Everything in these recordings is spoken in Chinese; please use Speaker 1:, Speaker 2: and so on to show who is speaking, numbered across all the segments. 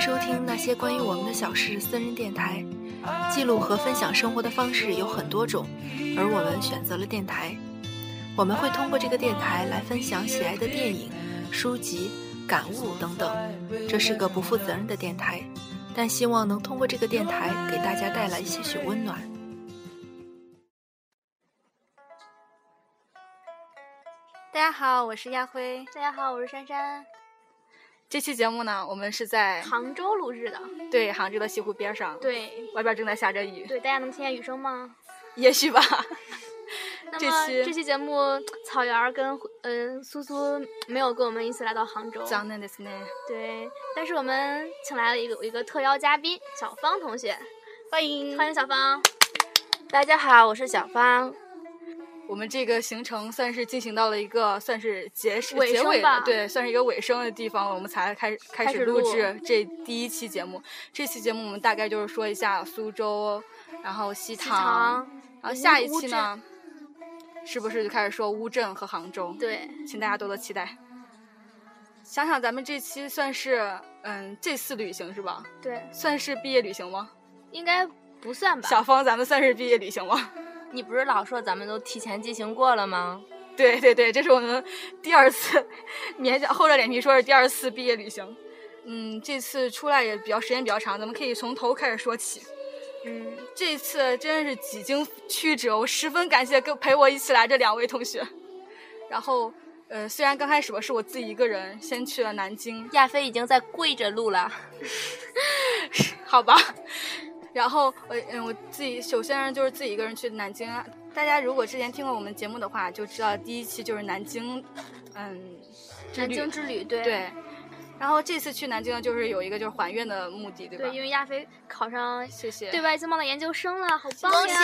Speaker 1: 收听那些关于我们的小事私人电台，记录和分享生活的方式有很多种，而我们选择了电台。我们会通过这个电台来分享喜爱的电影、书籍、感悟等等。这是个不负责任的电台，但希望能通过这个电台给大家带来些许温暖。
Speaker 2: 大家好，我是亚辉。
Speaker 3: 大家好，我是珊珊，
Speaker 2: 这期节目呢，我们是在
Speaker 3: 杭州录制的。
Speaker 2: 对杭州的西湖边上，
Speaker 3: 对
Speaker 2: 外边正在下着雨，
Speaker 3: 对，大家能听见雨声吗？
Speaker 2: 也许 吧。
Speaker 3: 那
Speaker 2: 这
Speaker 3: 么
Speaker 2: 期
Speaker 3: 这期节目，草原儿跟嗯、苏苏没有跟我们一起来到杭州，
Speaker 2: 残念ですね。
Speaker 3: 对，但是我们请来了一个一个特邀嘉宾小芳同学，
Speaker 4: 欢迎
Speaker 3: 欢迎小芳。
Speaker 4: 大家好，我是小芳。
Speaker 2: 我们这个行程算是进行到了一个算是结束
Speaker 3: 尾
Speaker 2: 结
Speaker 3: 声
Speaker 2: 尾
Speaker 3: 吧
Speaker 2: 了，对，算是一个尾声的地方，我们才开始开
Speaker 3: 开
Speaker 2: 始
Speaker 3: 始
Speaker 2: 录
Speaker 3: 录
Speaker 2: 制这第一期节目。这期节目我们大概就是说一下苏州，然后西
Speaker 3: 西
Speaker 2: 塘，嗯
Speaker 3: 塘
Speaker 2: 然后下一
Speaker 3: 乌
Speaker 2: 期呢，是不是就开始说乌镇和杭州？
Speaker 3: 对，
Speaker 2: 请大家多多期待。想想咱们这期算是，嗯，这次旅行是吧？
Speaker 3: 对，
Speaker 2: 算是毕业旅行吗？
Speaker 3: 应该不算吧？
Speaker 2: 小芳，咱们算是毕业旅行吗？
Speaker 4: 你不是老说咱们都提前进行过了吗？
Speaker 2: 对对对，这是我们第二次勉强厚着脸皮说是第二次毕业旅行。嗯，这次出来也比较时间比较长，咱们可以从头开始说起。
Speaker 3: 嗯，
Speaker 2: 这次真是几经曲折，我十分感谢跟陪我一起来这两位同学。然后，呃，虽然刚开始吧是我自己一个人先去了南京，
Speaker 4: 亚飞已经在跪着录了，
Speaker 2: 好吧。然后我嗯，我自己首先就是自己一个人去南京啊。大家如果之前听过我们节目的话，就知道第一期就是南京，嗯，
Speaker 3: 南京之旅，对
Speaker 2: 对。然后这次去南京呢，就是有一个就是还愿的目的，对吧？
Speaker 3: 对，因为亚飞考上
Speaker 2: 谢谢，
Speaker 3: 对外经贸的研究生了，好棒
Speaker 4: 恭
Speaker 3: 呀！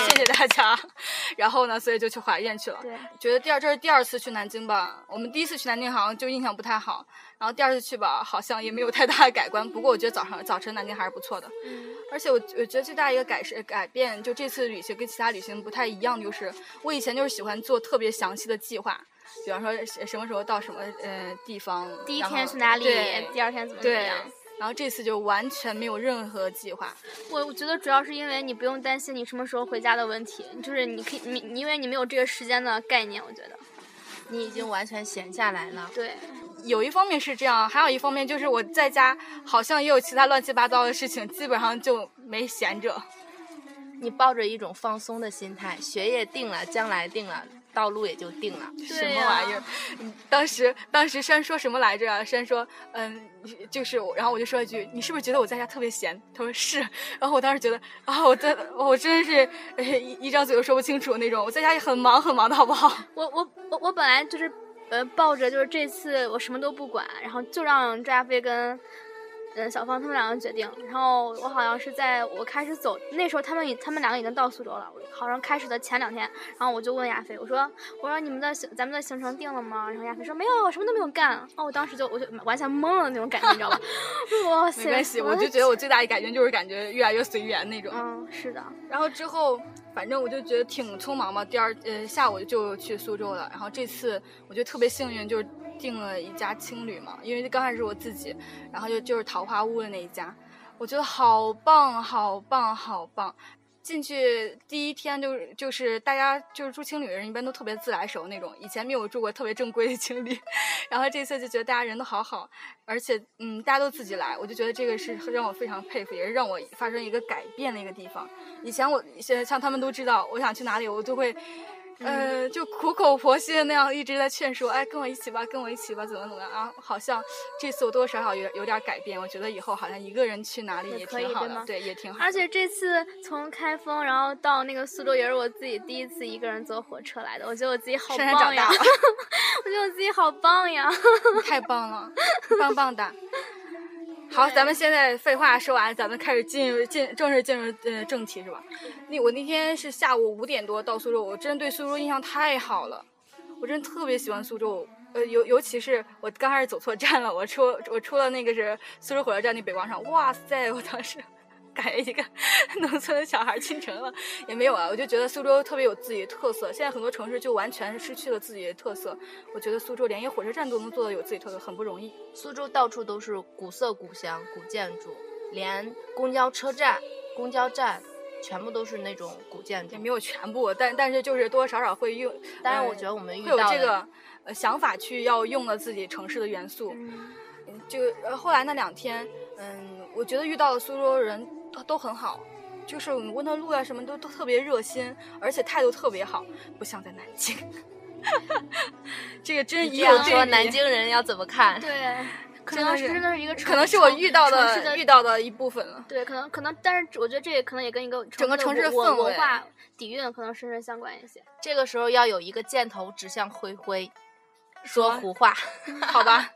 Speaker 4: 喜
Speaker 2: 谢谢大家。 然后呢，所以就去华宴去了。
Speaker 3: 对，
Speaker 2: 觉得第二这是第二次去南京吧，我们第一次去南京好像就印象不太好，然后第二次去吧，好像也没有太大的改观。不过我觉得早上早晨南京还是不错的。
Speaker 3: 嗯，
Speaker 2: 而且我我觉得最大一个改是改变，就这次旅行跟其他旅行不太一样，就是我以前就是喜欢做特别详细的计划，比方说什什么时候到什么呃地方，
Speaker 3: 第一
Speaker 2: 然后
Speaker 3: 天去哪里
Speaker 2: 对，
Speaker 3: 第二天怎么怎么
Speaker 2: 对
Speaker 3: 样？，
Speaker 2: 然后这次就完全没有任何计划，
Speaker 3: 我我觉得主要是因为你不用担心你什么时候回家的问题，就是你可以你你因为你没有这个时间的概念，我觉得
Speaker 4: 你已经完全闲下来了。
Speaker 3: 对，
Speaker 2: 有一方面是这样，还有一方面就是我在家好像也有其他乱七八糟的事情，基本上就没闲着。
Speaker 4: 你抱着一种放松的心态，学业定了，将来定了，道路也就定了。
Speaker 2: 什
Speaker 3: 对
Speaker 2: 么
Speaker 3: 呀
Speaker 2: 玩意儿？嗯当时当时珊说什么来着、啊？珊说，嗯，就是我，然后我就说一句，你是不是觉得我在家特别闲？她说是。 然后我当时觉得啊，我在我真是哎一一张嘴都说不清楚那种，我在家也很忙很忙的，好不好？
Speaker 3: 我我我我本来就是呃抱着就是这次我什么都不管，然后就让赵亚飞跟嗯小芳他们两个决定，然后我好像是在我开始走那时候他们已他们两个已经到苏州了，我好像开始的前两天，然后我就问亚飞，我说我说你们的行咱们的行程定了吗？然后亚飞说没有，我什么都没有干。哦，我当时就我就完全懵了那种感觉，你 知道吧？哇塞，
Speaker 2: 没关系，
Speaker 3: 什
Speaker 2: 我
Speaker 3: 么
Speaker 2: 就觉得我最大的改变就是感觉越来越随缘那种。
Speaker 3: 嗯是的，
Speaker 2: 然后之后，反正我就觉得挺匆忙嘛。第二呃下午就去苏州了。然后这次我觉得特别幸运，就是订了一家青旅嘛，因为刚开始是我自己，然后就就是桃花坞的那一家，我觉得好棒，好棒，好棒。进去第一天就是就是大家就是住青旅的人一般都特别自来熟那种，以前没有住过特别正规的青旅， 然后这次就觉得大家人都好好，而且嗯大家都自己来，我就觉得这个是让我非常佩服，也是让我发生一个改变的一个地方。以前我像像他们都知道我想去哪里，我都会，呃，
Speaker 3: 嗯
Speaker 2: 就苦口婆心的那样一直在劝说，哎，跟我一起吧，跟我一起吧，怎么怎么样啊？好像这次我多多少少有有点改变，我觉得以后好像一个人去哪里
Speaker 3: 也
Speaker 2: 也
Speaker 3: 可以
Speaker 2: 挺好
Speaker 3: 对
Speaker 2: 的
Speaker 3: 吗，
Speaker 2: 对，也挺好。
Speaker 3: 而且这次从开封，然后到那个苏州，也是我自己第一次一个人坐火车来的。我觉得我自己好
Speaker 2: 珊珊长
Speaker 3: 棒呀！
Speaker 2: 大了，
Speaker 3: 我觉得我自己好 棒呀！
Speaker 2: 你太棒了，棒棒的。好，咱们现在废话说完，咱们开始进入进正式进入呃正题是吧？那我那天是下午五点多到苏州，我真的对苏州印象太好了，我真的特别喜欢苏州。呃，尤尤其是我刚开始走错站了，我出我出了那个是苏州火车站那北广场，哇塞，我当时 感觉一个农村的小孩进城了，也没有啊。我就觉得苏州特别有自己的特色，现在很多城市就完全失去了自己的特色。我觉得苏州连一个火车站都能做的有自己特色，很不容易。
Speaker 4: 苏州到处都是古色古香、古建筑，连公交车站、公交站全部都是那种古建筑
Speaker 2: 也。没有全部，但但是就是多多少少会用。
Speaker 4: 当然，
Speaker 2: 呃
Speaker 4: 我觉得我们遇
Speaker 2: 会有
Speaker 4: 到
Speaker 2: 这
Speaker 4: 的
Speaker 2: 个呃想法去要用了自己城市的元素。
Speaker 3: 嗯
Speaker 2: 就呃后来那两天，嗯，我觉得遇到的苏州人都都很好，就是你问他路啊什么都都特别热心，而且态度特别好，不像在南京。 这个真是
Speaker 4: 你
Speaker 2: 一
Speaker 4: 这
Speaker 2: 有
Speaker 4: 样
Speaker 2: 对
Speaker 4: 说
Speaker 2: 比
Speaker 4: 南，京人要怎么看？
Speaker 3: 对，可
Speaker 2: 真
Speaker 3: 能
Speaker 2: 的
Speaker 3: 是
Speaker 2: 是
Speaker 3: 真的是一个城，
Speaker 2: 可能是我
Speaker 3: 城
Speaker 2: 遇到
Speaker 3: 城市
Speaker 2: 的遇到的一部分了。
Speaker 3: 对，可能可能，但是我觉得这也可能也跟一个
Speaker 2: 整个城市的
Speaker 3: 文
Speaker 2: 氛
Speaker 3: 文
Speaker 2: 围
Speaker 3: 化底蕴可能深深相关一些。
Speaker 4: 这个时候要有一个箭头指向灰灰，说
Speaker 2: 说
Speaker 4: 胡 话。
Speaker 2: 好吧，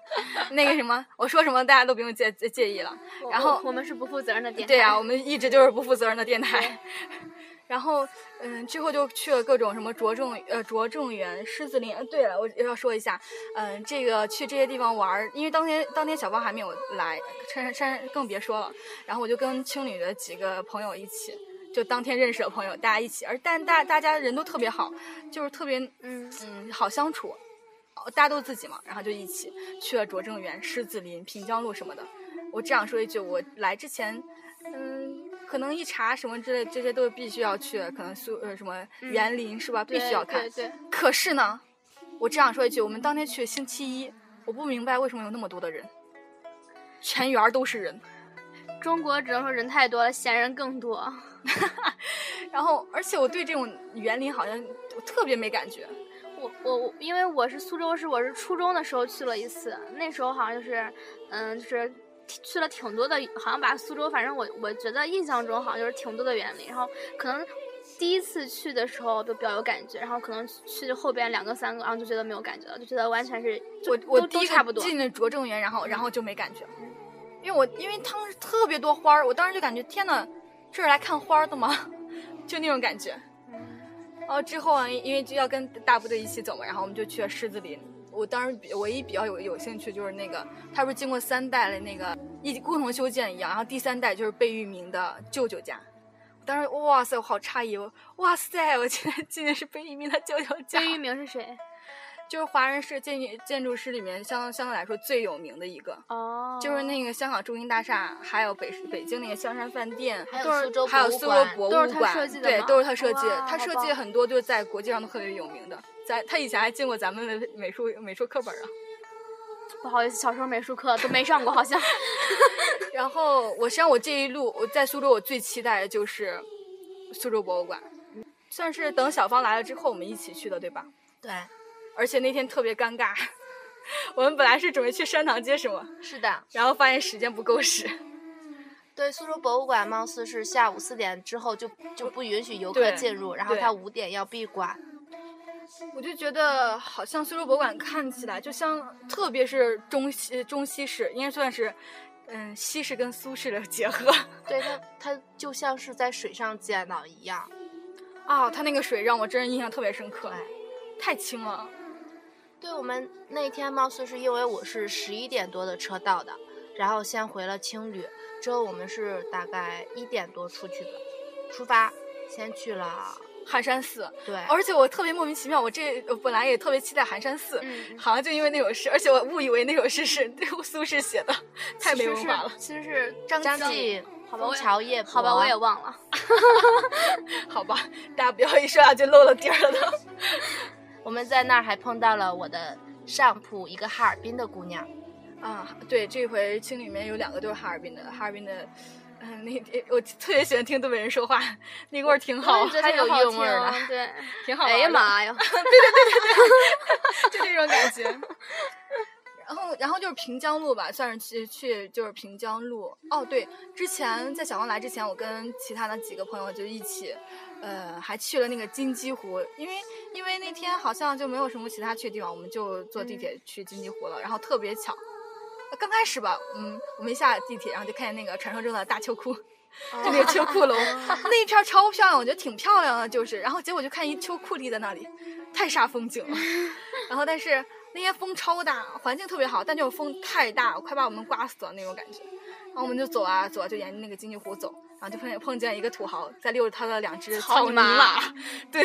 Speaker 2: 那个什么，我说什么大家都不用介介介意了。
Speaker 3: 我
Speaker 2: 然后
Speaker 3: 我我们是不负责任的电台，
Speaker 2: 对啊，我们一直就是不负责任的电台。 然后，嗯，之后就去了各种什么拙政呃拙政园、狮子林。呃对了，我要说一下，嗯，这个去这些地方玩儿，因为当天当天小芳还没有来，珊珊更别说了。然后我就跟青旅的几个朋友一起，就当天认识的朋友，大家一起，而但大大家人都特别好，就是特别
Speaker 3: 嗯，
Speaker 2: 嗯好相处，哦大家都自己嘛，然后就一起去了拙政园、狮子林、平江路什么的。我只想说一句，我来之前，嗯，可能一查什么之类，这些都必须要去，可能苏呃什么
Speaker 3: 嗯
Speaker 2: 园林、是吧，必须要看
Speaker 3: 对。对，对
Speaker 2: 可是呢，我只想说一句，我们当天去星期一，我不明白为什么有那么多的人，全园儿都是人。
Speaker 3: 中国只能说人太多了，闲人更多。
Speaker 2: 然后，而且我对这种园林好像我特别没感觉。
Speaker 3: 我我我，因为我是苏州市，我是初中的时候去了一次，那时候好像就是，嗯，就是挺去了挺多的，好像把苏州，反正我我觉得印象中好像就是挺多的园林，然后可能第一次去的时候就比较有感觉，然后可能去后边两个三个，然后就觉得没有感觉了，就觉得完全是就
Speaker 2: 我我
Speaker 3: 都
Speaker 2: 第
Speaker 3: 都
Speaker 2: 一
Speaker 3: 差不
Speaker 2: 个
Speaker 3: 多，
Speaker 2: 进了拙政园，然后然后就没感觉，因为我因为他们特别多花儿，我当时就感觉天呐，这是来看花儿的吗？ 就那种感觉。然后之后啊，因为就要跟大部队一起走嘛，然后我们就去了狮子林。我当时比唯一比较有有兴趣就是那个，它不是经过三代的那个一共同修建一样，然后第三代就是贝聿铭的舅舅家。我当时哇塞，我好诧异，我哇塞，我竟然竟然是贝聿铭的舅舅家。
Speaker 3: 贝聿铭是谁？
Speaker 2: 就是华人是建建筑师里面相相对来说最有名的一个，
Speaker 3: 哦，
Speaker 2: 就是那个香港中银大厦，还有北北京那个香山饭店，
Speaker 4: 还有
Speaker 2: 都是
Speaker 4: 苏州
Speaker 2: 还有
Speaker 4: 博物
Speaker 2: 苏州
Speaker 4: 馆
Speaker 2: 博
Speaker 3: 都是
Speaker 2: 物
Speaker 3: 他
Speaker 2: 馆
Speaker 3: 设计的
Speaker 2: 对，
Speaker 3: 吗
Speaker 2: 都是他设计的
Speaker 3: 哇，
Speaker 2: 他
Speaker 3: 好
Speaker 2: 设计
Speaker 3: 棒
Speaker 2: 很多就是在国际上都特别有名的，在他以前还进过咱们的美术美术课本 啊。
Speaker 3: 不好意思，小时候美术课都没上过，好 像
Speaker 2: 然后我实际上我这一路我在苏州，我最期待的就是苏州博物馆，算是等小芳来了之后我们一起去的，对吧？
Speaker 4: 对，
Speaker 2: 而且那天特别尴尬， 我们本来是准备去山塘街什么，
Speaker 4: 是的，
Speaker 2: 然后发现时间不够使。
Speaker 4: 对，苏州博物馆貌似是下午四点之后就就不允许游客
Speaker 2: 对
Speaker 4: 进入，然后
Speaker 2: 对
Speaker 4: 它五点要闭馆。
Speaker 2: 我就觉得好像苏州博物馆看起来就像，特别是中西中西式，应该算是，嗯，西式跟苏式的结合
Speaker 4: 对它，它就像是在水上见到一样。
Speaker 2: 啊。它那个水让我真是印象特别深刻，哎
Speaker 4: 对，
Speaker 2: 太清了。
Speaker 4: 对我们那天貌似是因为我是十一点多的车到的，然后先回了青旅，之后我们是大概一点多出去的，出发先去了。
Speaker 2: 寒山寺，
Speaker 4: 对，
Speaker 2: 而且我特别莫名其妙，我这我本来也特别期待寒山寺，
Speaker 3: 嗯。
Speaker 2: 好像就因为那首诗，而且我误以为那首诗是 苏轼写的，太没文化了。
Speaker 3: 其实是
Speaker 2: 张
Speaker 4: 张
Speaker 2: 继，
Speaker 4: 继、
Speaker 3: 好吧我
Speaker 4: 枫
Speaker 3: 也
Speaker 4: 桥夜
Speaker 3: 好吧，
Speaker 4: 泊
Speaker 3: 我也忘了。
Speaker 2: 好吧，大家不要一说啊下就漏了底儿了都。
Speaker 4: 我们在那儿还碰到了我的上铺一个哈尔滨的姑娘，
Speaker 2: 啊，对，这回青旅里面有两个都是哈尔滨的，哈尔滨的，嗯、那我特别喜欢听东北人说话，那个味儿挺好哦
Speaker 3: 我也，觉得
Speaker 4: 还
Speaker 3: 这个
Speaker 4: 有
Speaker 3: 好
Speaker 4: 韵味 儿
Speaker 3: 听
Speaker 4: 呢
Speaker 3: 对，
Speaker 2: 挺好玩
Speaker 3: 哎
Speaker 2: 的。
Speaker 3: 呀，妈呀！
Speaker 2: 就这种感觉。 然后，然后就是平江路吧，算是去去就是平江路。哦，对，之前在小王来之前，我跟其他的几个朋友就一起，呃，还去了那个金鸡湖，因为因为那天好像就没有什么其他去的地方，我们就坐地铁去金鸡湖了。然后特别巧，呃刚开始吧，嗯，我们一下地铁，然后就看见那个传说中的大秋裤，
Speaker 3: 哦
Speaker 2: 就那个秋裤 楼，那一片儿超漂亮，我觉得挺漂亮的，就是。然后结果就看一秋裤立在那里，太煞风景了。然后但是那天风超大，环境特别好，但就是风太大，快把我们刮死了那种感觉。然后我们就走啊走啊，就沿着那个金鸡湖走，然后就碰碰见一个土豪在遛着他的两只
Speaker 3: 草
Speaker 2: 草
Speaker 3: 泥
Speaker 2: 泥
Speaker 3: 马
Speaker 2: 马， 对，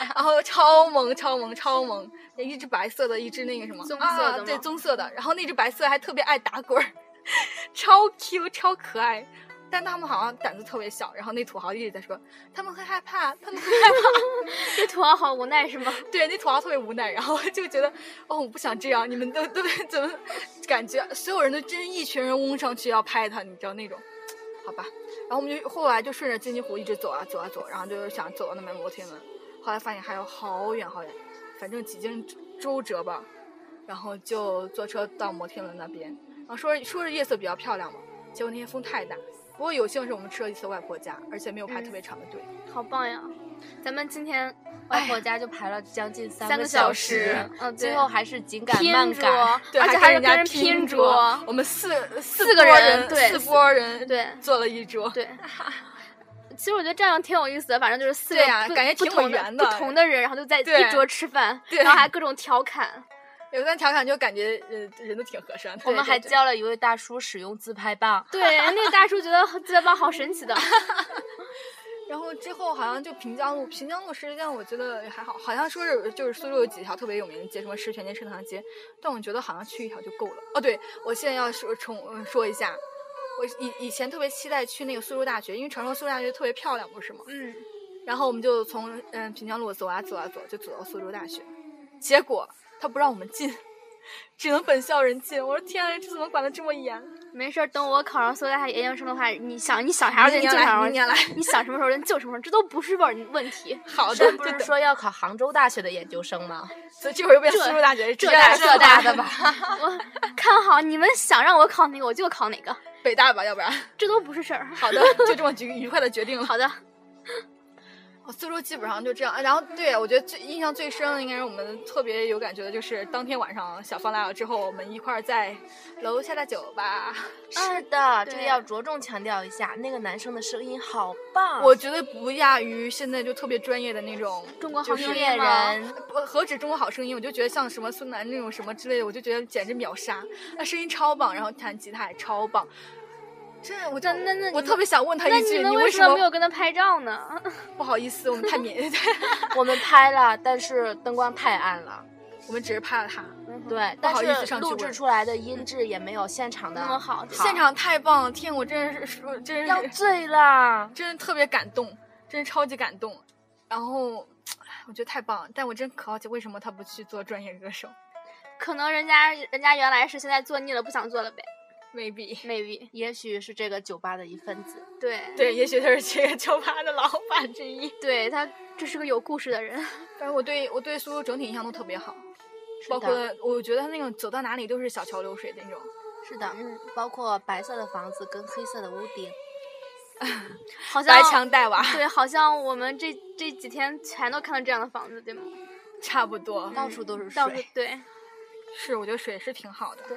Speaker 2: 然后超萌超萌超萌，一只白色的，一只那个什么
Speaker 3: 棕色的
Speaker 2: 啊、对
Speaker 3: 吗
Speaker 2: 棕色的，然后那只白色还特别爱打滚儿， 超 Q 超可爱。但他们好像胆子特别小，然后那土豪一直在说他们会害怕，他们会害怕。
Speaker 3: 这土豪好无奈是吗？
Speaker 2: 对，那土豪特别无奈，然后 就觉得，哦，我不想这样，你们都都 怎么感觉所有人都真一群人拥上去要拍他，你知道那种，好吧。然后我们就后来就顺着金鸡湖一直走啊走啊走，然后就是想走到那边摩天轮，后来发现还有好远好远，反正几经周折吧，然后就坐车到摩天轮那边，然后说说是夜色比较漂亮嘛，结果那天风太大。不过有幸是我们吃了一次外婆家，而且没有排特别长的队。
Speaker 3: 好棒呀！咱们今天
Speaker 4: 外
Speaker 2: 哎
Speaker 4: 婆家就排了将近哎三
Speaker 3: 三
Speaker 4: 个
Speaker 3: 个
Speaker 4: 小
Speaker 3: 时，嗯，对
Speaker 4: 最后还是紧赶慢
Speaker 3: 拼
Speaker 4: 赶。
Speaker 3: 桌，
Speaker 2: 对，
Speaker 3: 而且
Speaker 2: 还
Speaker 3: 是跟
Speaker 2: 人
Speaker 3: 人
Speaker 2: 家
Speaker 3: 拼
Speaker 2: 桌
Speaker 3: 桌，，
Speaker 2: 我们四
Speaker 3: 四
Speaker 2: 四
Speaker 3: 个
Speaker 2: 波
Speaker 3: 人对
Speaker 2: 四波人
Speaker 3: 对
Speaker 2: 坐了一桌，
Speaker 3: 对。其实我觉得这样挺有意思的，反正就是四个
Speaker 2: 对呀
Speaker 3: 不
Speaker 2: 感觉
Speaker 3: 不
Speaker 2: 挺有
Speaker 3: 同
Speaker 2: 缘
Speaker 3: 的
Speaker 2: 的
Speaker 3: 不同的人，然后就在
Speaker 2: 对
Speaker 3: 一桌吃饭，
Speaker 2: 对
Speaker 3: 然后还各种 调侃。
Speaker 2: 有段调侃就感觉呃人都挺和善的。
Speaker 4: 我们还
Speaker 2: 叫
Speaker 4: 教了一位大叔使用自拍棒，
Speaker 3: 对，那个大叔觉得自拍棒好神奇的，
Speaker 2: 然后之后好像就平江路，平江路实际上我觉得还好，好像说是就是苏州有几条特别有名的街，什么石泉街、盛唐街，但我觉得好像去一条就够了。哦，对，我现在要说重呃说一下，我以以前特别期待去那个苏州大学，因为传说苏州大学特别漂亮，不是吗？
Speaker 3: 嗯，
Speaker 2: 然后我们就从嗯平江路走啊走啊走，就走到苏州大学，结果他不让我们进，只能本校人进。我说天啊，这怎么管得这么严？
Speaker 3: 没事儿，等我考上苏大研究生的话，你想你想啥时候
Speaker 2: 明
Speaker 3: 你就
Speaker 2: 年
Speaker 3: 啥时
Speaker 2: 来，
Speaker 3: 候
Speaker 2: 明，年来。
Speaker 3: 你想什么时候人就什么时候，这都不是问问题。
Speaker 2: 好的
Speaker 4: 这，不
Speaker 2: 就是等
Speaker 4: 说要考杭州大学的研究生吗？
Speaker 2: 所以这会儿又变
Speaker 3: 浙
Speaker 2: 苏州大学，直
Speaker 3: 浙
Speaker 2: 接
Speaker 3: 大
Speaker 2: 来
Speaker 3: 浙
Speaker 2: 苏州
Speaker 3: 大
Speaker 2: 大
Speaker 3: 的吧， 我看好你们想让我考哪个我就考哪个，
Speaker 2: 北大吧，要不然
Speaker 3: 这都不是事儿。
Speaker 2: 好的，就这么决愉快的决定了。
Speaker 3: 好的，
Speaker 2: 哦苏州基本上就这样，啊然后对我觉得最印象最深的应该是我们特别有感觉的，就是当天晚上小芳来了之后，我们一块儿在楼下的酒吧，
Speaker 4: 是的，这个
Speaker 3: 对
Speaker 4: 要着重强调一下。那个男生的声音好棒，
Speaker 2: 我觉得不亚于现在就特别专业的那种
Speaker 3: 中国好
Speaker 2: 就是
Speaker 3: 声
Speaker 4: 音
Speaker 3: 音
Speaker 4: 吗
Speaker 3: 吗？
Speaker 2: 不何止中国好声音，我就觉得像什么孙楠那种什么之类的，我就觉得简直秒杀，他声音超棒，然后弹吉他也超棒，真的，我就
Speaker 3: 那那那
Speaker 2: 我
Speaker 3: 你
Speaker 2: 特别想问他
Speaker 3: 那
Speaker 2: 一句，
Speaker 3: 你
Speaker 2: 你
Speaker 3: 们为
Speaker 2: 什
Speaker 3: 么没
Speaker 2: 么
Speaker 3: 有跟他拍照呢？
Speaker 2: 不好意思，我们太腼，
Speaker 4: 我们拍了，但是灯光太暗了，
Speaker 2: 我们只是怕了他。
Speaker 3: 嗯
Speaker 4: 对，
Speaker 2: 嗯不
Speaker 4: 但
Speaker 2: 好意思
Speaker 4: 是
Speaker 2: 上去
Speaker 4: 录制
Speaker 2: 问嗯
Speaker 4: 出来的音质也没有现场的
Speaker 3: 那么好，
Speaker 2: 现场太棒了，天，我真是说，真
Speaker 4: 要
Speaker 2: 是
Speaker 4: 醉 啦。
Speaker 2: 真是特别感动，真是超级感动。然后，唉我觉得太棒了，但我真可好奇为什么他不去做专业歌手
Speaker 3: 可能人家人家原来是现在做腻了，不想做了呗
Speaker 2: ？maybe。
Speaker 3: ，maybe。
Speaker 4: 也许是这个酒吧的一份子，
Speaker 3: 对
Speaker 2: 对，也许他是这个酒吧的老板之一。
Speaker 3: 对，他这是个有故事的人，
Speaker 2: 反正我对我对苏州整体印象都特别好，
Speaker 4: 是
Speaker 2: 包括
Speaker 4: 的，
Speaker 2: 我觉得他那种走到哪里都是小桥流水的那种。
Speaker 4: 是的，
Speaker 2: 嗯
Speaker 4: 包括白色的房子跟黑色的屋顶，
Speaker 3: 好像
Speaker 2: 白墙黛瓦，
Speaker 3: 对，好像我们这这几天全都看到这样的房子，对吗？
Speaker 2: 差不多。
Speaker 4: 到处
Speaker 2: 嗯
Speaker 4: 都是
Speaker 3: 到处
Speaker 4: 水。
Speaker 3: 对，
Speaker 2: 是，我觉得水是挺好的。
Speaker 3: 对，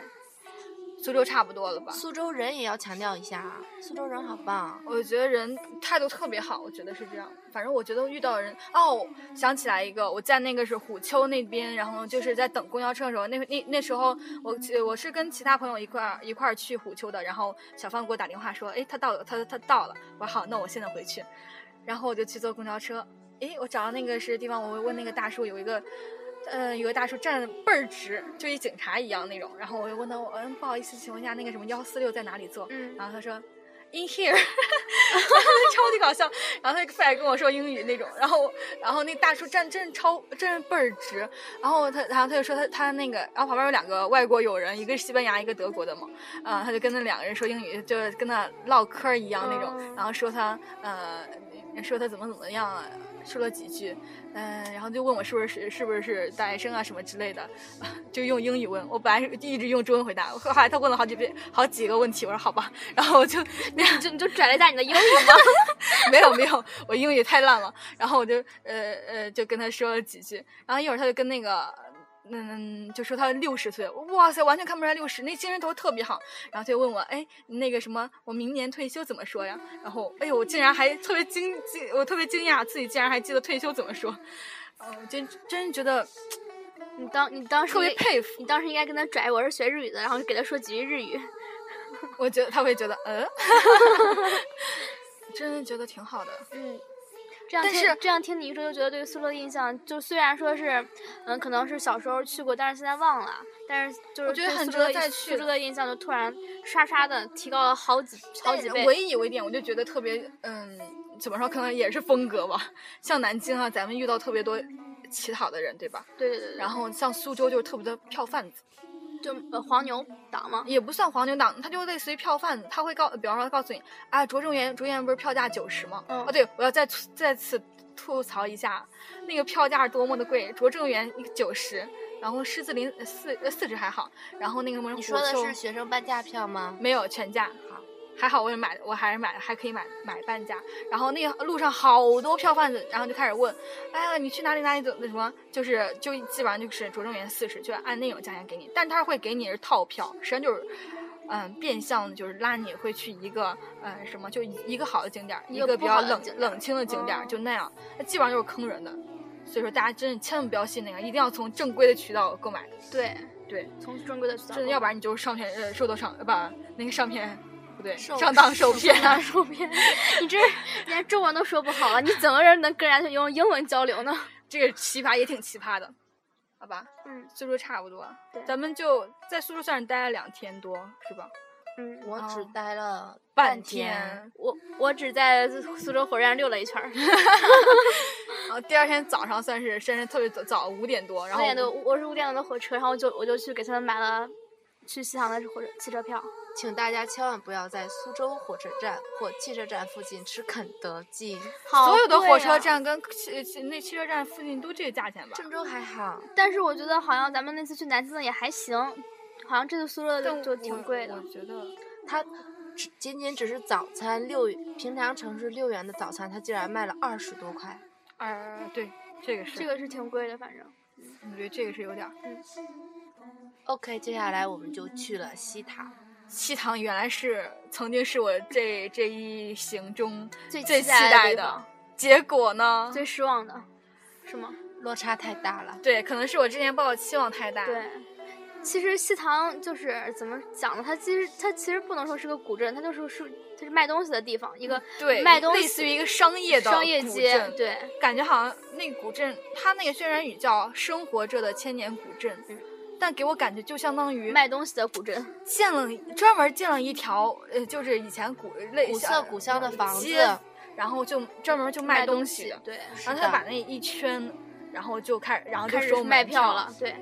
Speaker 2: 苏州差不多了吧？
Speaker 4: 苏州人也要强调一下啊，苏州人好棒，
Speaker 2: 我觉得人态度特别好，我觉得是这样。反正我觉得遇到人哦，想起来一个，我在那个是虎丘那边，然后就是在等公交车的时候，那那那时候我我是跟其他朋友一块儿一块儿去虎丘的，然后小芳给我打电话说，哎，他到了，他他到了，我说好，那我现在回去，然后我就去坐公交车，哎，我找到那个是地方，我问那个大叔有一个。呃，有个大叔站得倍儿直，就一警察一样那种。然后我就问他，我嗯，不好意思，请问一下那个什么幺四六在哪里坐？
Speaker 3: 嗯，
Speaker 2: 然后他说 in here，超级搞笑。然后他非得跟我说英语那种，然后然后那大叔站真是超真是倍儿直。然后他然后他就说他他那个，然后旁边有两个外国友人，一个是西班牙，一个德国的嘛，啊、他就跟那两个人说英语，就是跟他唠嗑儿一样那种，
Speaker 3: 嗯
Speaker 2: 然后说他呃说他怎么怎么样啊。说了几句，嗯、然后就问我是不是是是不是大学生啊什么之类的， 就用英语问。我本来是一直用中文回答，后来他问了好几遍好几个问题，我说好吧，然后我就那
Speaker 3: 你就你就拽了一下你的英语吗？
Speaker 2: 没有没有，我英语太烂了。然后我就呃呃就跟他说了几句，然后一会儿他就跟那个嗯就说他六十岁，哇塞，完全看不出来六十，那精神头特别好。然后他就问我，哎，你那个什么，我明年退休怎么说呀？然后哎呦，我竟然还特别惊惊，我特别惊讶自己竟然还记得退休怎么说，嗯、我真真觉得
Speaker 3: 你当你当时
Speaker 2: 特别
Speaker 3: 应该
Speaker 2: 佩服。
Speaker 3: 你当时应该跟他拽，我是学日语的，然后给他说几句日语。
Speaker 2: 我觉得他会觉得，嗯，呃 真的觉得挺好的。
Speaker 3: 嗯，这样
Speaker 2: 但
Speaker 3: 听
Speaker 2: 是
Speaker 3: 这样听你一说，就觉得对苏州的印象，就虽然说是，嗯，可能是小时候去过，但是现在忘了，但是就是
Speaker 2: 我觉得
Speaker 3: 对
Speaker 2: 很
Speaker 3: 苏
Speaker 2: 值
Speaker 3: 州
Speaker 2: 得
Speaker 3: 的
Speaker 2: 再
Speaker 3: 苏
Speaker 2: 去
Speaker 3: 州的印象就突然刷刷的提高了好几好几倍。
Speaker 2: 唯一有一点，我就觉得特别，嗯，怎么说，可能也是风格吧。像南京啊，咱们遇到特别多乞讨的人，对吧？
Speaker 3: 对对对，对
Speaker 2: 然后像苏州就是特别多票贩子，
Speaker 3: 就呃黄牛党嘛，
Speaker 2: 也不算黄牛党，他就类似于票贩子，他会告，比方说告诉你，啊，拙政园，拙政园不是票价九十吗？
Speaker 3: 嗯
Speaker 2: 啊，对，我要再吐再次吐槽一下，那个票价多么的贵，拙政园九十，然后狮子林呃四呃四十还好，然后那个什么
Speaker 4: 你
Speaker 2: 虎
Speaker 4: 说的
Speaker 2: 丘
Speaker 4: 是学生半价票吗？
Speaker 2: 没有全价，还好我也买，我还是买，还可以买买半价。然后那个路上好多票贩子，然后就开始问，哎呀，你去哪里哪里走那什么，就是就基本上就是拙政园四十，就按那种价钱给你，但他会给你是套票，实际上就是。嗯，变相的就是拉你会去一个，嗯，什么就一个好的景点儿，
Speaker 3: 一
Speaker 2: 一
Speaker 3: 个
Speaker 2: 个
Speaker 3: 不
Speaker 2: 比较
Speaker 3: 好的
Speaker 2: 冷
Speaker 3: 景点儿
Speaker 2: 冷清的景点儿，
Speaker 3: 哦
Speaker 2: 就那样，那基本上就是坑人的。所以说大家真的千万不要信那个，一定要从正规的渠道购买，
Speaker 3: 对
Speaker 2: 对，
Speaker 3: 从正规的渠道购买，
Speaker 2: 真的，要不然你就上骗呃受到上呃不那个上骗不对，
Speaker 4: 受
Speaker 2: 上当受骗
Speaker 3: 上。 当受骗。你这连中文都说不好了，你怎么人能跟人家用英文交流呢？
Speaker 2: 这个奇葩也挺奇葩的，好吧？
Speaker 3: 嗯
Speaker 2: 苏州差不多
Speaker 3: 对，
Speaker 2: 咱们就在苏州算是待了两天多，是吧？
Speaker 3: 嗯，
Speaker 4: 我只
Speaker 2: 哦
Speaker 4: 待了
Speaker 2: 半
Speaker 4: 天，
Speaker 2: 天。
Speaker 3: 我我只在苏州火车站溜了一 圈儿，
Speaker 2: 然后第二天早上算是深圳特别早，早五点多，然
Speaker 3: 五
Speaker 2: 后
Speaker 3: 点多，我是五点多的火车，然后就我就去给他们买了去西航的火车汽车票。
Speaker 4: 请大家千万不要在苏州火车站或汽车站附近吃肯德基。
Speaker 3: 好
Speaker 2: 所有的
Speaker 3: 贵
Speaker 2: 火车
Speaker 3: 啊，
Speaker 2: 站跟汽汽那汽车站附近都这个价钱吧？
Speaker 4: 郑州还好，
Speaker 3: 但是我觉得好像咱们那次去南京的也还行，好像这次苏州的
Speaker 2: 但
Speaker 3: 就挺
Speaker 2: 我
Speaker 3: 贵的
Speaker 2: 我。觉得
Speaker 4: 它只仅仅只是早餐六，平常城市六元的早餐，它竟然卖了二十多块。
Speaker 2: 呃，对，这个是，
Speaker 3: 这个是挺贵的，反正
Speaker 2: 我觉得这个是有点儿。
Speaker 4: OK，接下来我们就去了西塔，
Speaker 2: 西塘原来是曾经是我这这一行中
Speaker 3: 最
Speaker 2: 最
Speaker 3: 期
Speaker 2: 期
Speaker 3: 待
Speaker 2: 待
Speaker 3: 地方
Speaker 2: 的，结果呢？
Speaker 3: 最失望的，是吗？
Speaker 4: 落差太大了。
Speaker 2: 对，可能是我之前抱的期望太大。
Speaker 3: 对，其实西塘就是怎么讲呢？它其实它其实不能说是个古镇，它就是是它是卖东西的地方，一个
Speaker 2: 对，
Speaker 3: 卖东
Speaker 2: 类
Speaker 3: 西
Speaker 2: 似于一个商嗯业的
Speaker 3: 商业
Speaker 2: 古
Speaker 3: 街。
Speaker 2: 镇，
Speaker 3: 对，
Speaker 2: 感觉好像那个古镇，它那个宣传语叫“生活着的千年古镇”，
Speaker 3: 嗯
Speaker 2: 但给我感觉就相当于
Speaker 3: 卖东西的古镇。
Speaker 2: 建了专门建了一条，呃，就是以前古类
Speaker 4: 古
Speaker 2: 似
Speaker 4: 色古香的房子，
Speaker 2: 街，然后就专门就卖
Speaker 3: 东
Speaker 2: 西的，
Speaker 3: 对，
Speaker 2: 然后
Speaker 4: 是
Speaker 2: 他
Speaker 4: 的
Speaker 2: 把那一圈，然后就开始，然后就
Speaker 3: 开始
Speaker 2: 收
Speaker 3: 卖
Speaker 2: 门
Speaker 3: 票了，，对。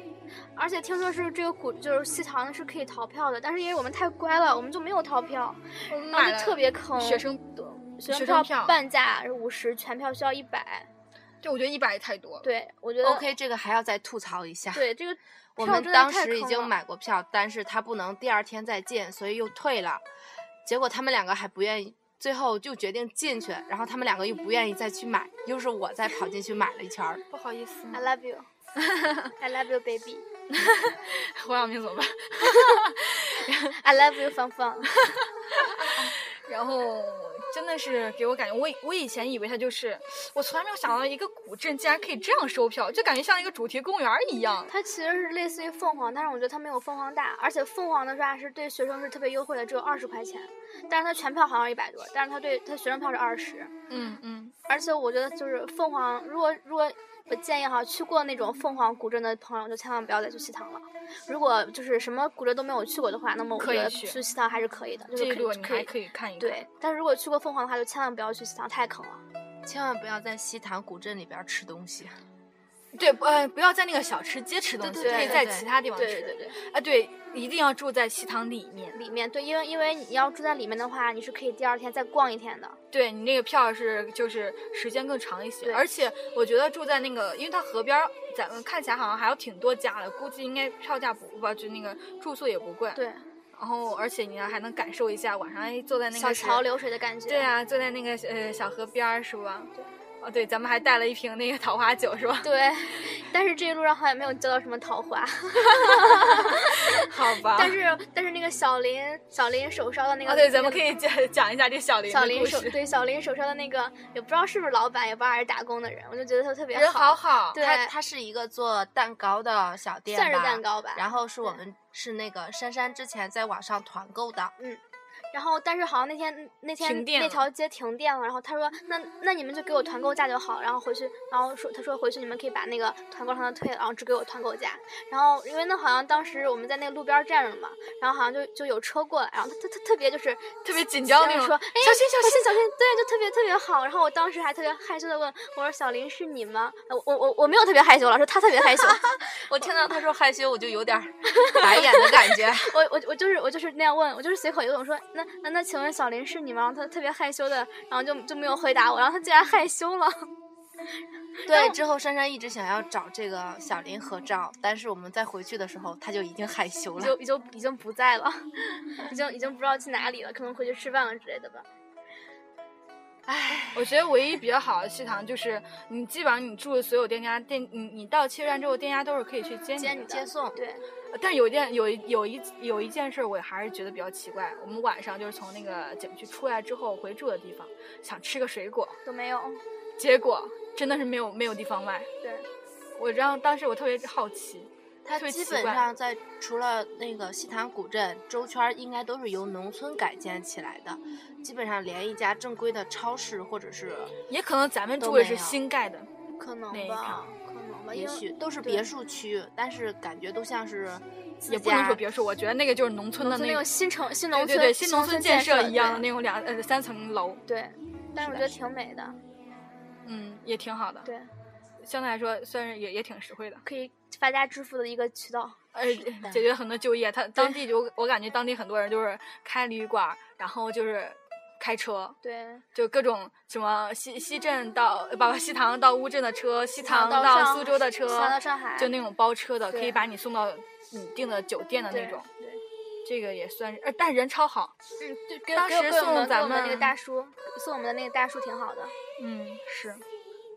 Speaker 3: 而且听说是这个古就是西塘是可以逃票的，但是因为我们太乖了，我们就没有逃票，
Speaker 2: 我们
Speaker 3: 然后
Speaker 2: 买
Speaker 3: 嗯就
Speaker 2: 了
Speaker 3: 特别坑。
Speaker 2: 学生
Speaker 3: 对
Speaker 2: 学
Speaker 3: 学
Speaker 2: 生
Speaker 3: 生票
Speaker 2: 票
Speaker 3: 半价是五十，全票需要一百。
Speaker 2: 对，我觉得一百太多了。
Speaker 3: 对，我觉得
Speaker 4: OK，这个还要再吐槽一下。
Speaker 3: 对这个
Speaker 4: 我
Speaker 3: 票
Speaker 4: 们
Speaker 3: 真的
Speaker 4: 当
Speaker 3: 太
Speaker 4: 时已
Speaker 3: 坑
Speaker 4: 经
Speaker 3: 了
Speaker 4: 买过票，但是他不能第二天再进，所以又退了。结果他们两个还不愿意，最后就决定进去，然后他们两个又不愿意再去买，又是我再跑进去买了一圈儿。
Speaker 2: 不好意 思，
Speaker 3: I love you, I love you, baby,
Speaker 2: 胡晓明怎么办？
Speaker 3: I love you, 芳芳。
Speaker 2: 然后真的是给我感觉，我以我以前以为它就是，我从来没有想到一个古镇竟然可以这样收票，就感觉像一个主题公园儿一样。
Speaker 3: 它其实是类似于凤凰，但是我觉得它没有凤凰大，而且凤凰的话是对学生是特别优惠的，只有二十块钱，但是它全票好像一百多，但是它对它学生票是二十，
Speaker 2: 嗯嗯，
Speaker 3: 而且我觉得就是凤凰，如果如果我建议哈，去过那种凤凰古镇的朋友就千万不要再去西塘了。如果就是什么古镇都没有去过的话，那么我
Speaker 2: 可以
Speaker 3: 觉得
Speaker 2: 去
Speaker 3: 去西塘还是可以的，就
Speaker 2: 嗯这一
Speaker 3: 是
Speaker 2: 路
Speaker 3: 可以
Speaker 2: 你还
Speaker 3: 可
Speaker 2: 可
Speaker 3: 以
Speaker 2: 以看一看。
Speaker 3: 对，但是如果去过凤凰的话，就千万不要去西塘，太坑了。
Speaker 4: 千万不要在西塘古镇里边儿吃东西。
Speaker 2: 对，不呃，不要在那个小吃街吃东西，
Speaker 3: 对对
Speaker 2: 可以
Speaker 3: 对
Speaker 2: 在
Speaker 4: 对
Speaker 2: 其他地方吃。
Speaker 3: 对对对。
Speaker 2: 啊，对，一定要住在西塘里面。
Speaker 3: 里面，对，因为因为你要住在里面的话，你是可以第二天再逛一天的。
Speaker 2: 对你那个票是就是时间更长一些，
Speaker 3: 对
Speaker 2: 而且我觉得住在那个，因为它河边儿，咱们看起来好像还有挺多家的，估计应该票价不不就那个住宿也不贵。
Speaker 3: 对，
Speaker 2: 然后而且你还能感受一下晚上哎坐在那个
Speaker 3: 小
Speaker 2: 是
Speaker 3: 桥流水的感觉。
Speaker 2: 对啊，坐在那个呃小河边儿是吧？对。哦，对，咱们还带了一瓶那个桃花酒是 吧？
Speaker 3: 对，但是这一路上好像没有交到什么桃花，
Speaker 2: 啊好吧。
Speaker 3: 但是但是那个小林小林手烧的那个，
Speaker 2: 哦，对，
Speaker 3: 那
Speaker 2: 咱们
Speaker 3: 个
Speaker 2: 可以讲讲一下这小林
Speaker 3: 小
Speaker 2: 的
Speaker 3: 林
Speaker 2: 故
Speaker 3: 手
Speaker 2: 事。
Speaker 3: 对小林手烧的那个，也不知道是不是老板，也不知道还是打工的人，我就觉得他特别
Speaker 2: 人好好，
Speaker 3: 对
Speaker 4: 它它是一个做蛋糕的小店吧，
Speaker 3: 算是蛋糕吧。
Speaker 4: 然后是我
Speaker 3: 对
Speaker 4: 们是那个珊珊之前在网上团购的，
Speaker 3: 然后但是好像那天那天
Speaker 2: 停电
Speaker 3: 那
Speaker 2: 了
Speaker 3: 条街停电了，然后他说那那你们就给我团购价就好，然后回去，然后说他说回去你们可以把那个团购上的退了，然后只给我团购价。然后因为那好像当时我们在那个路边儿站着嘛，然后好像就就有车过来，然后他他他特别就是
Speaker 2: 特别紧张那
Speaker 3: 然
Speaker 2: 种
Speaker 3: 后说，哎，
Speaker 2: 小心小
Speaker 3: 小
Speaker 2: 心
Speaker 3: 心小心，对，就特别特别好。然后我当时还特别害羞的问我说小林是你吗？呃我我我我没有特别害羞了，是他特别 害羞。
Speaker 4: 我听到他说害羞，我就有点儿白眼的感觉。
Speaker 3: 我我我就是我就是那样问，我就是随口一问，我说那那那请问小林是你吗？然后他特别害羞的，然后就就没有回答我，然后他竟然害羞了。
Speaker 4: 对，之后珊珊一直想要找这个小林合照，但是我们在回去的时候，他就已经害羞
Speaker 3: 已
Speaker 4: 了。
Speaker 3: 经已经已经不在了， 已经已经不知道去哪里了，可能回去吃饭了之类的吧。
Speaker 2: 我觉得唯一比较好的食堂就是，你基本上你住的所有店家店，你你到汽车站之后，店家都是可以去接你
Speaker 3: 接你
Speaker 2: 的。
Speaker 3: 的
Speaker 4: 接送
Speaker 3: 对，
Speaker 2: 但是有一件有一有一有一件事，我还是觉得比较奇怪。我们晚上就是从那个景区出来之后回住的地方，想吃个水果，
Speaker 3: 都没有。
Speaker 2: 结果真的是没有没有地方卖。
Speaker 3: 对，
Speaker 2: 我然后当时我特别好奇，
Speaker 4: 他
Speaker 2: 特别
Speaker 4: 基
Speaker 2: 奇
Speaker 4: 本
Speaker 2: 怪
Speaker 4: 上在除了那个西塘古镇周圈儿，应该都是由农村改建起来的，基本上连一家正规的超市或者是
Speaker 2: 也可能咱们
Speaker 4: 都
Speaker 2: 住的
Speaker 4: 没
Speaker 2: 是
Speaker 4: 有
Speaker 2: 新盖的，
Speaker 3: 可能
Speaker 2: 那一
Speaker 3: 吧
Speaker 2: 趟，
Speaker 3: 可能
Speaker 2: 哎
Speaker 3: 吧，
Speaker 4: 也
Speaker 3: 因为
Speaker 4: 许都是
Speaker 3: 对
Speaker 4: 别墅区，但是感觉都像是自
Speaker 2: 也不能
Speaker 4: 家
Speaker 2: 说别墅，我觉得那个就是农村
Speaker 3: 农
Speaker 2: 的
Speaker 3: 村
Speaker 2: 那
Speaker 3: 那
Speaker 2: 个
Speaker 3: 种新城新农
Speaker 2: 对
Speaker 3: 村
Speaker 2: 对对新农村建
Speaker 3: 设
Speaker 2: 设一样的
Speaker 3: 对
Speaker 2: 那种两呃三层楼，
Speaker 3: 对，但是我觉
Speaker 4: 是的
Speaker 3: 得挺美的，
Speaker 2: 嗯，也挺好的，
Speaker 3: 对，
Speaker 2: 相对来说算是也也挺实惠的，
Speaker 3: 可以发家致富的一个渠道。
Speaker 2: 呃
Speaker 4: 的，
Speaker 2: 解决很多就业。他当地就我感觉当地很多人就是开旅馆，然后就是开车，
Speaker 3: 对，
Speaker 2: 就各种什么西西镇到呃不不西塘到乌镇的车，西塘
Speaker 3: 到
Speaker 2: 到
Speaker 3: 上
Speaker 2: 苏州的车，
Speaker 3: 想到上海
Speaker 2: 就那种包车的，可
Speaker 3: 对
Speaker 2: 以把你送到你订的酒店的那
Speaker 3: 对
Speaker 2: 种。嗯
Speaker 3: 对，
Speaker 2: 这个也算是，呃，但人超好，
Speaker 3: 嗯，对，给
Speaker 2: 当
Speaker 3: 给
Speaker 2: 时
Speaker 3: 给我
Speaker 2: 送
Speaker 3: 们给
Speaker 2: 咱
Speaker 3: 我们那个
Speaker 2: 们
Speaker 3: 大叔送我们的那个大叔挺好的，
Speaker 2: 嗯，是。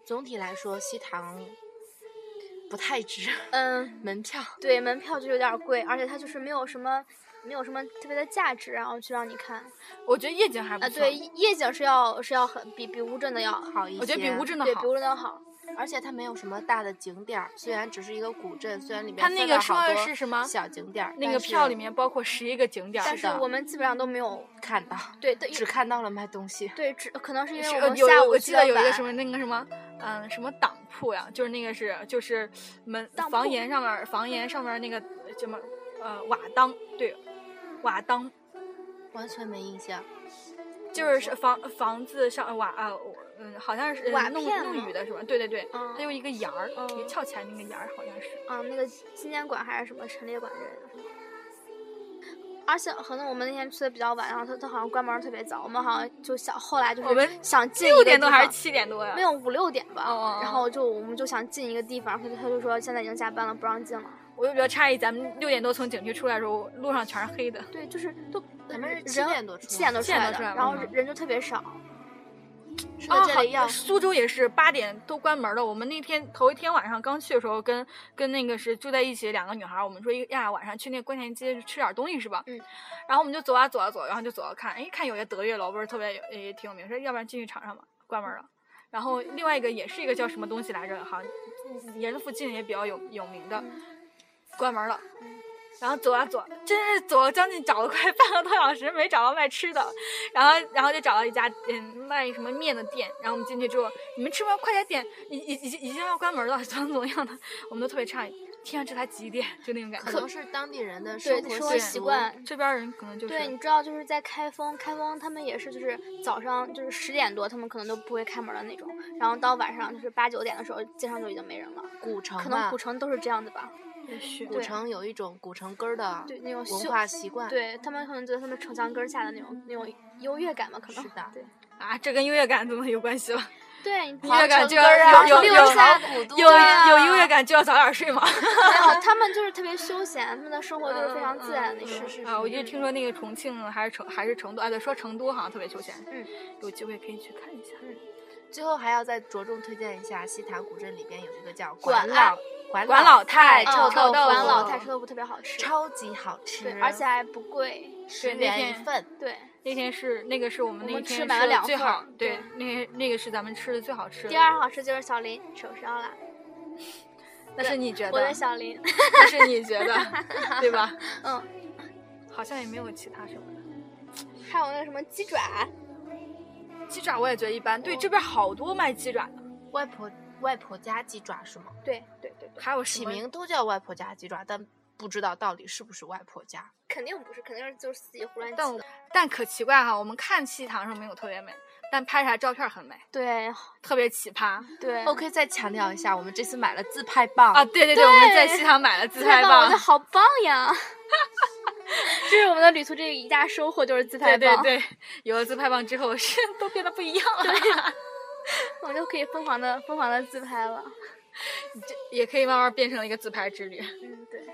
Speaker 4: 总体来说，西塘不太值
Speaker 3: 嗯，
Speaker 4: 门票。
Speaker 3: 对，门票就有点贵，而且它就是没有什么没有什么特别的价值，然后去让你看。
Speaker 2: 我觉得夜景还不
Speaker 3: 啊，
Speaker 2: 错，
Speaker 3: 对，夜夜景是要是要很比比乌镇的要好一
Speaker 2: 我觉得比
Speaker 4: 些
Speaker 2: 乌镇的
Speaker 3: 对，
Speaker 2: 好
Speaker 3: 比。乌镇的好。
Speaker 4: 而且它没有什么大的景点儿，虽然只是一个古镇，虽然里面
Speaker 2: 它
Speaker 4: 分
Speaker 2: 那
Speaker 4: 了
Speaker 2: 个
Speaker 4: 好
Speaker 2: 说的
Speaker 4: 多
Speaker 2: 是什么
Speaker 4: 小景点儿，
Speaker 2: 那
Speaker 4: 但
Speaker 2: 个
Speaker 4: 是
Speaker 2: 票里面包括十一个景点儿，
Speaker 3: 但是
Speaker 4: 的
Speaker 3: 我们基本上都没有
Speaker 4: 看到，
Speaker 3: 对对
Speaker 4: 只看到了卖东西。
Speaker 3: 对，只可能是因为
Speaker 2: 是
Speaker 3: 我
Speaker 2: 呃
Speaker 3: 们
Speaker 2: 有
Speaker 3: 下
Speaker 2: 有
Speaker 3: 午
Speaker 2: 我
Speaker 3: 去
Speaker 2: 记
Speaker 3: 的
Speaker 2: 得有一个
Speaker 3: 晚
Speaker 2: 什么那个什么，嗯，什么党铺呀，就是那个是就是门
Speaker 3: 当
Speaker 2: 房
Speaker 3: 铺嗯
Speaker 2: 檐上面儿房檐上面儿那个呃什么呃瓦当，对，瓦当
Speaker 4: 完全没印象。
Speaker 2: 就是房房子上瓦啊，我嗯，好像是呃
Speaker 3: 瓦
Speaker 2: 弄
Speaker 3: 片
Speaker 2: 弄
Speaker 3: 吗
Speaker 2: 雨的是吧？对对对，它
Speaker 3: 嗯
Speaker 2: 有一个檐儿，一个
Speaker 3: 嗯
Speaker 2: 翘起来那个檐儿好像是。
Speaker 3: 嗯，那个纪念馆还是什么陈列馆之类的。而且可能我们那天去的比较晚，然后他他好像关门特别早，我们好像就想后来就是
Speaker 2: 我们
Speaker 3: 想进一
Speaker 2: 六
Speaker 3: 个
Speaker 2: 点
Speaker 3: 地
Speaker 2: 多还是
Speaker 3: 方
Speaker 2: 七点多呀？
Speaker 3: 没有五六点吧，
Speaker 2: 哦哦哦
Speaker 3: 然后就我们就想进一个地方，他就他就说现在已经下班了，不让进了。
Speaker 2: 我就比较诧异，咱们六点多从景区出来的时候，路上全是黑的。
Speaker 3: 对，就是都
Speaker 4: 咱们是
Speaker 3: 人
Speaker 4: 七点多出
Speaker 3: 七
Speaker 4: 来
Speaker 3: 点多
Speaker 2: 七
Speaker 3: 出
Speaker 2: 点多
Speaker 3: 来的，
Speaker 2: 出来
Speaker 3: 然后
Speaker 2: 嗯
Speaker 3: 人人就特别少。
Speaker 4: 是
Speaker 2: 哦，
Speaker 4: 的，这里
Speaker 2: 好
Speaker 4: 要
Speaker 2: 苏州也是八点都关门了。我们那天头一天晚上刚去的时候，跟跟那个是住在一起的两个女孩儿，我们说呀晚上去那个观前街吃点东西是吧？
Speaker 3: 嗯。
Speaker 2: 然后我们就走啊走啊走，然后就走到看，哎看有些德月楼不是特别有也挺有名，说要不然进去尝尝吧，关门了。然后另外一个也是一个叫什么东西来着，好像沿着附近也比较有有名的，
Speaker 4: 嗯
Speaker 2: 关门了。然后走啊走，真是走了将近找了快半个多小时，没找到卖吃的，然后然后就找到一家嗯卖什么面的店，然后我们进去之后，你们吃完快点点，已已已经已经要关门了，怎 么怎么样的，我们都特别诧异，天啊，这才几点？就那种感
Speaker 4: 可
Speaker 2: 觉
Speaker 4: 能。是当地人的
Speaker 3: 对
Speaker 4: 生活
Speaker 3: 生活
Speaker 4: 习
Speaker 3: 习
Speaker 4: 俗
Speaker 3: 惯
Speaker 2: 这边人可能就是
Speaker 3: 对，你知道就是在开封，开封他们也是就是早上就是十点多，他们可能都不会开门的那种，然后到晚上就是八九点的时候，街上就已经没人了。
Speaker 4: 古城
Speaker 3: 可能
Speaker 4: 吧
Speaker 3: 古，城都是这样的吧，
Speaker 2: 也许
Speaker 4: 古
Speaker 3: 对
Speaker 4: 城有一种古城根儿的
Speaker 3: 对那种
Speaker 4: 文
Speaker 3: 秀
Speaker 4: 化习惯。，
Speaker 3: 对他们可能觉得他们城墙根儿下的那种那种优越感吧，可能
Speaker 4: 是的
Speaker 3: 对
Speaker 2: 啊，这跟优越感怎么有关系了？
Speaker 3: 对，
Speaker 2: 优
Speaker 3: 皇
Speaker 2: 越感
Speaker 3: 城
Speaker 2: 就
Speaker 3: 根儿啊
Speaker 2: 要有
Speaker 3: 皇
Speaker 2: 有
Speaker 3: 城
Speaker 2: 有
Speaker 3: 根下的
Speaker 2: 有
Speaker 3: 啊
Speaker 4: 啊
Speaker 2: 有优越感就要早点睡嘛。
Speaker 3: 没有，他们就是特别休闲，他们的生活就是非常自然的那种。
Speaker 4: 是是
Speaker 2: 啊，我就听说那个重庆还是成还是成都，哎，对，说成都好像特别休闲，
Speaker 3: 嗯，
Speaker 2: 有机会可以去看一下。
Speaker 4: 最后还要再着重推荐一下西塘古镇里边有一个叫
Speaker 3: 管
Speaker 4: 老
Speaker 3: 安
Speaker 4: 管
Speaker 2: 管老
Speaker 4: 老
Speaker 2: 太
Speaker 4: 臭
Speaker 2: 臭
Speaker 3: 嗯
Speaker 2: 豆
Speaker 4: 豆
Speaker 2: 腐
Speaker 3: 管老
Speaker 4: 腐
Speaker 3: 太臭豆腐特别好吃，
Speaker 4: 超级好
Speaker 2: 嗯
Speaker 4: 吃，
Speaker 3: 对，而且还不贵。
Speaker 4: 十
Speaker 2: 对那
Speaker 4: 元一
Speaker 2: 天
Speaker 4: 份。
Speaker 3: 对，
Speaker 2: 那天是那个是我们
Speaker 3: 我
Speaker 2: 那
Speaker 3: 们
Speaker 2: 天
Speaker 3: 吃买了
Speaker 2: 吃的
Speaker 3: 两
Speaker 2: 最
Speaker 3: 份
Speaker 2: 好
Speaker 3: 儿，
Speaker 2: 对
Speaker 3: 对，
Speaker 2: 那个那个是咱们吃的最好吃的。
Speaker 3: 第二好吃就是小林手上啦，
Speaker 2: 那是你觉
Speaker 3: 我
Speaker 2: 得
Speaker 3: 的，小林，
Speaker 2: 那 是你觉得，对吧？
Speaker 3: 嗯，
Speaker 2: 好像也没有其他什么的。
Speaker 3: 还有那个什么鸡爪，
Speaker 2: 鸡爪我也觉得一般。对，这边好多卖鸡爪的，
Speaker 4: 外婆外婆家鸡爪是吗？
Speaker 3: 对对对对，
Speaker 2: 还有什
Speaker 4: 起
Speaker 2: 么
Speaker 4: 名都叫外婆家鸡爪，但不知道到底是不是外婆家。
Speaker 3: 肯定不是，肯定是就是自己胡乱
Speaker 2: 但
Speaker 3: 起
Speaker 2: 我
Speaker 3: 的。
Speaker 2: 但可奇怪哈，我们看戏堂上没有特别美，但拍出来照片很美，
Speaker 3: 对
Speaker 2: 特别奇葩
Speaker 3: 对
Speaker 4: OK，再强调一下，我们这次买了自拍棒
Speaker 2: 啊！对对对，我们在戏堂买了自拍
Speaker 3: 棒，我
Speaker 2: 棒
Speaker 3: 觉得，好棒 呀！这是我们的旅途这一大收获，就是自拍
Speaker 2: 对对
Speaker 3: 棒，
Speaker 2: 对，有了自拍棒之后是 都变得不一样了，
Speaker 3: 我们就可以疯狂的疯狂的自拍了。
Speaker 2: 也可以慢慢变成了一个自拍之旅。
Speaker 3: 嗯，对。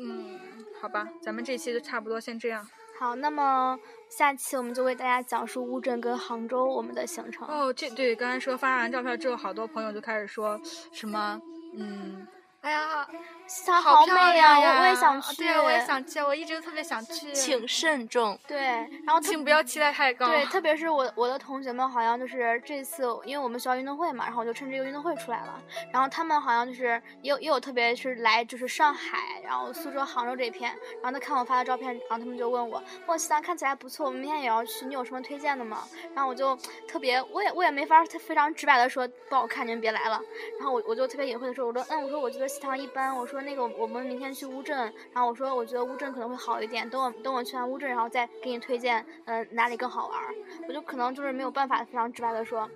Speaker 2: 嗯，好吧，咱们这期就差不多先这样。
Speaker 3: 好，那么下期我们就为大家讲述乌镇跟杭州我们的行程。
Speaker 2: 哦，这对刚才说发完照片之后，好多朋友就开始说什么，嗯，哎呀，
Speaker 3: 西塘
Speaker 2: 好
Speaker 3: 美
Speaker 2: 漂亮呀！
Speaker 3: 我我也想
Speaker 2: 啊
Speaker 3: 去。
Speaker 2: 对啊，我也。想去，我一直特别想去。
Speaker 4: 请慎重。
Speaker 3: 对，然后特
Speaker 2: 请不要期待太高。
Speaker 3: 对，特别是我我的同学们，好像就是这次，因为我们学校运动会嘛，然后我就趁这个运动会出来了。然后他们好像就是也有也有特别是来就是上海，然后苏州、杭州这一片，然后他看我发的照片，然后他们就问我，哇，西塘看起来不错，我们明天也要去，你有什么推荐的吗？然后我就特别，我也我也没法特非常直白的说不好看，你们别来了。然后我我就特别隐晦的说，我说嗯，我说我觉得西塘一般，我说那个我们明天去乌镇，然后我说我觉得乌镇可能会好一点，等我等我去完乌镇，然后再给你推荐，嗯、哪里更好玩儿。我就可能就是没有办法非常直白的说，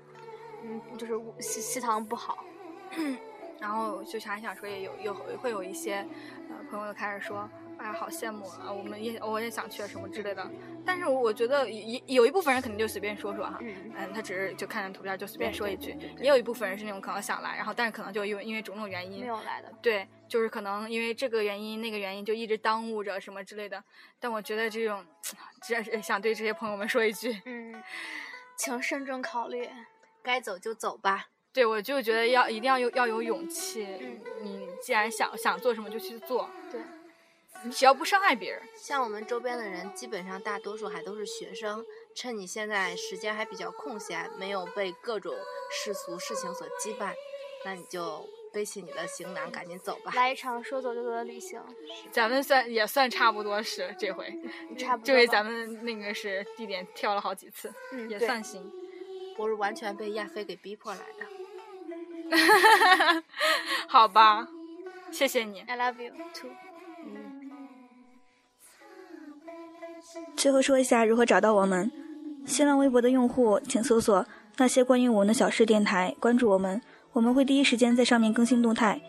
Speaker 3: 嗯，就是乌西西塘不好。
Speaker 2: 然后就想一想说，也有有会有一些呃朋友就开始说，哎呀，好羡慕啊，我们也我也想去啊什么之类的。但是我我觉得有有一部分人肯定就随便说说哈。
Speaker 3: 嗯，
Speaker 2: 嗯，他只是就看见图片就随便
Speaker 3: 对
Speaker 2: 说一句，也有一部分人是那种可能想来，然后但是可能就因为因为种种原因
Speaker 3: 没，有来的。
Speaker 2: 对，就是可能因为这个原因、那个原因就一直耽误着什么之类的。但我觉得这种，只是想对这些朋友们说一句，
Speaker 3: 嗯，请慎重考虑。
Speaker 4: 该走就走吧，
Speaker 2: 对我就觉得要一定要有要有勇气。
Speaker 3: 嗯
Speaker 2: 你既然想想做什么就去做，
Speaker 3: 对，
Speaker 2: 你只要不伤害别人，
Speaker 4: 像我们周边的人，基本上大多数还都是学生。趁你现在时间还比较空闲，没有被各种世俗事情所羁绊，那你就背起你的行囊，赶紧走吧。
Speaker 3: 来一场说走就走的旅行，
Speaker 2: 咱们算也算差不多是这回，
Speaker 3: 差嗯不多吧。
Speaker 2: 这回咱们那个是地点跳了好几次，
Speaker 3: 嗯，
Speaker 2: 也
Speaker 3: 对
Speaker 2: 算行。
Speaker 4: 我是完全被亚飞给逼迫来的。
Speaker 2: 好吧，谢谢你。
Speaker 3: I love you too。
Speaker 5: 最后说一下如何找到我们。新浪微博的用户请搜索“那些关于我们的小事”电台，关注我们，我们会第一时间在上面更新动态。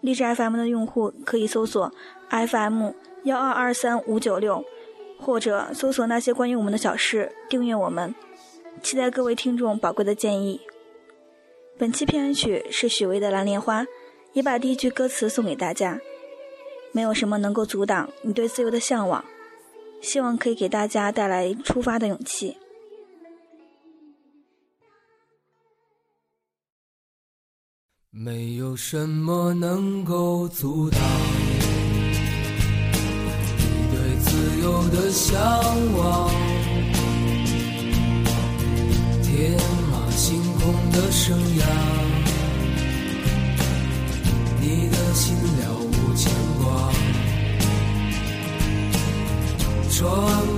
Speaker 5: 荔枝 FM 的用户可以搜索 FM 幺二二三五九六，或者搜索“那些关于我们的小事”，订阅我们。期待各位听众宝贵的建议。本期片尾曲是许巍的《蓝莲花》，也把第一句歌词送给大家：没有什么能够阻挡你对自由的向往。希望可以给大家带来出发的勇气。
Speaker 6: 没有什么能够阻挡你对自由的向往。天马行空的生涯，你的心了无牵挂，穿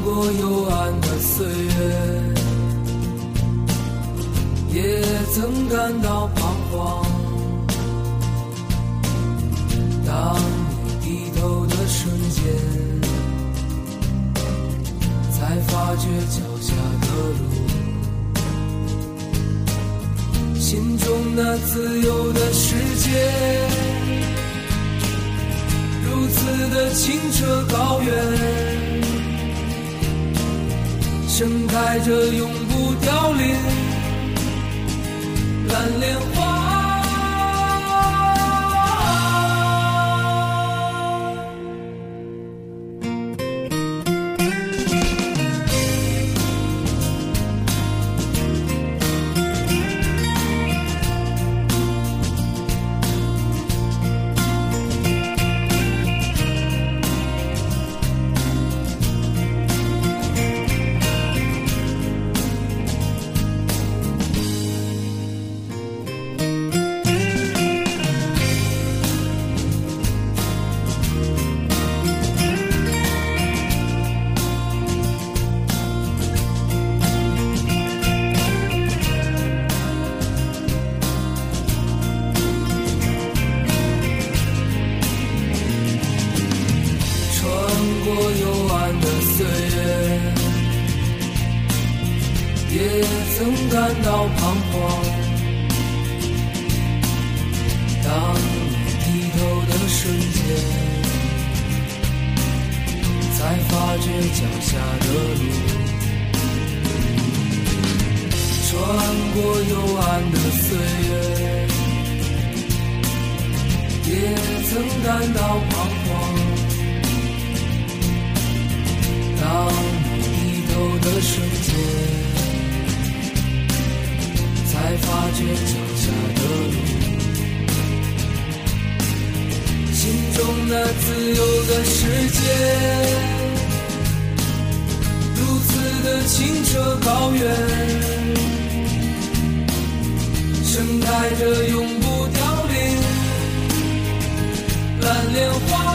Speaker 6: 过幽暗的岁月，也曾感到彷徨。当你低头的瞬间，才发觉脚下的路，心中那自由的世界，如此的清澈高远，盛开着永不凋零蓝莲花。曾感到彷徨。当你低头的瞬间，才发觉脚下的路，穿过幽暗的岁月，也曾感到彷徨。当你低头的瞬间，才发觉脚下的路，心中那自由的世界，如此的清澈高远，盛开着永不凋零蓝莲花。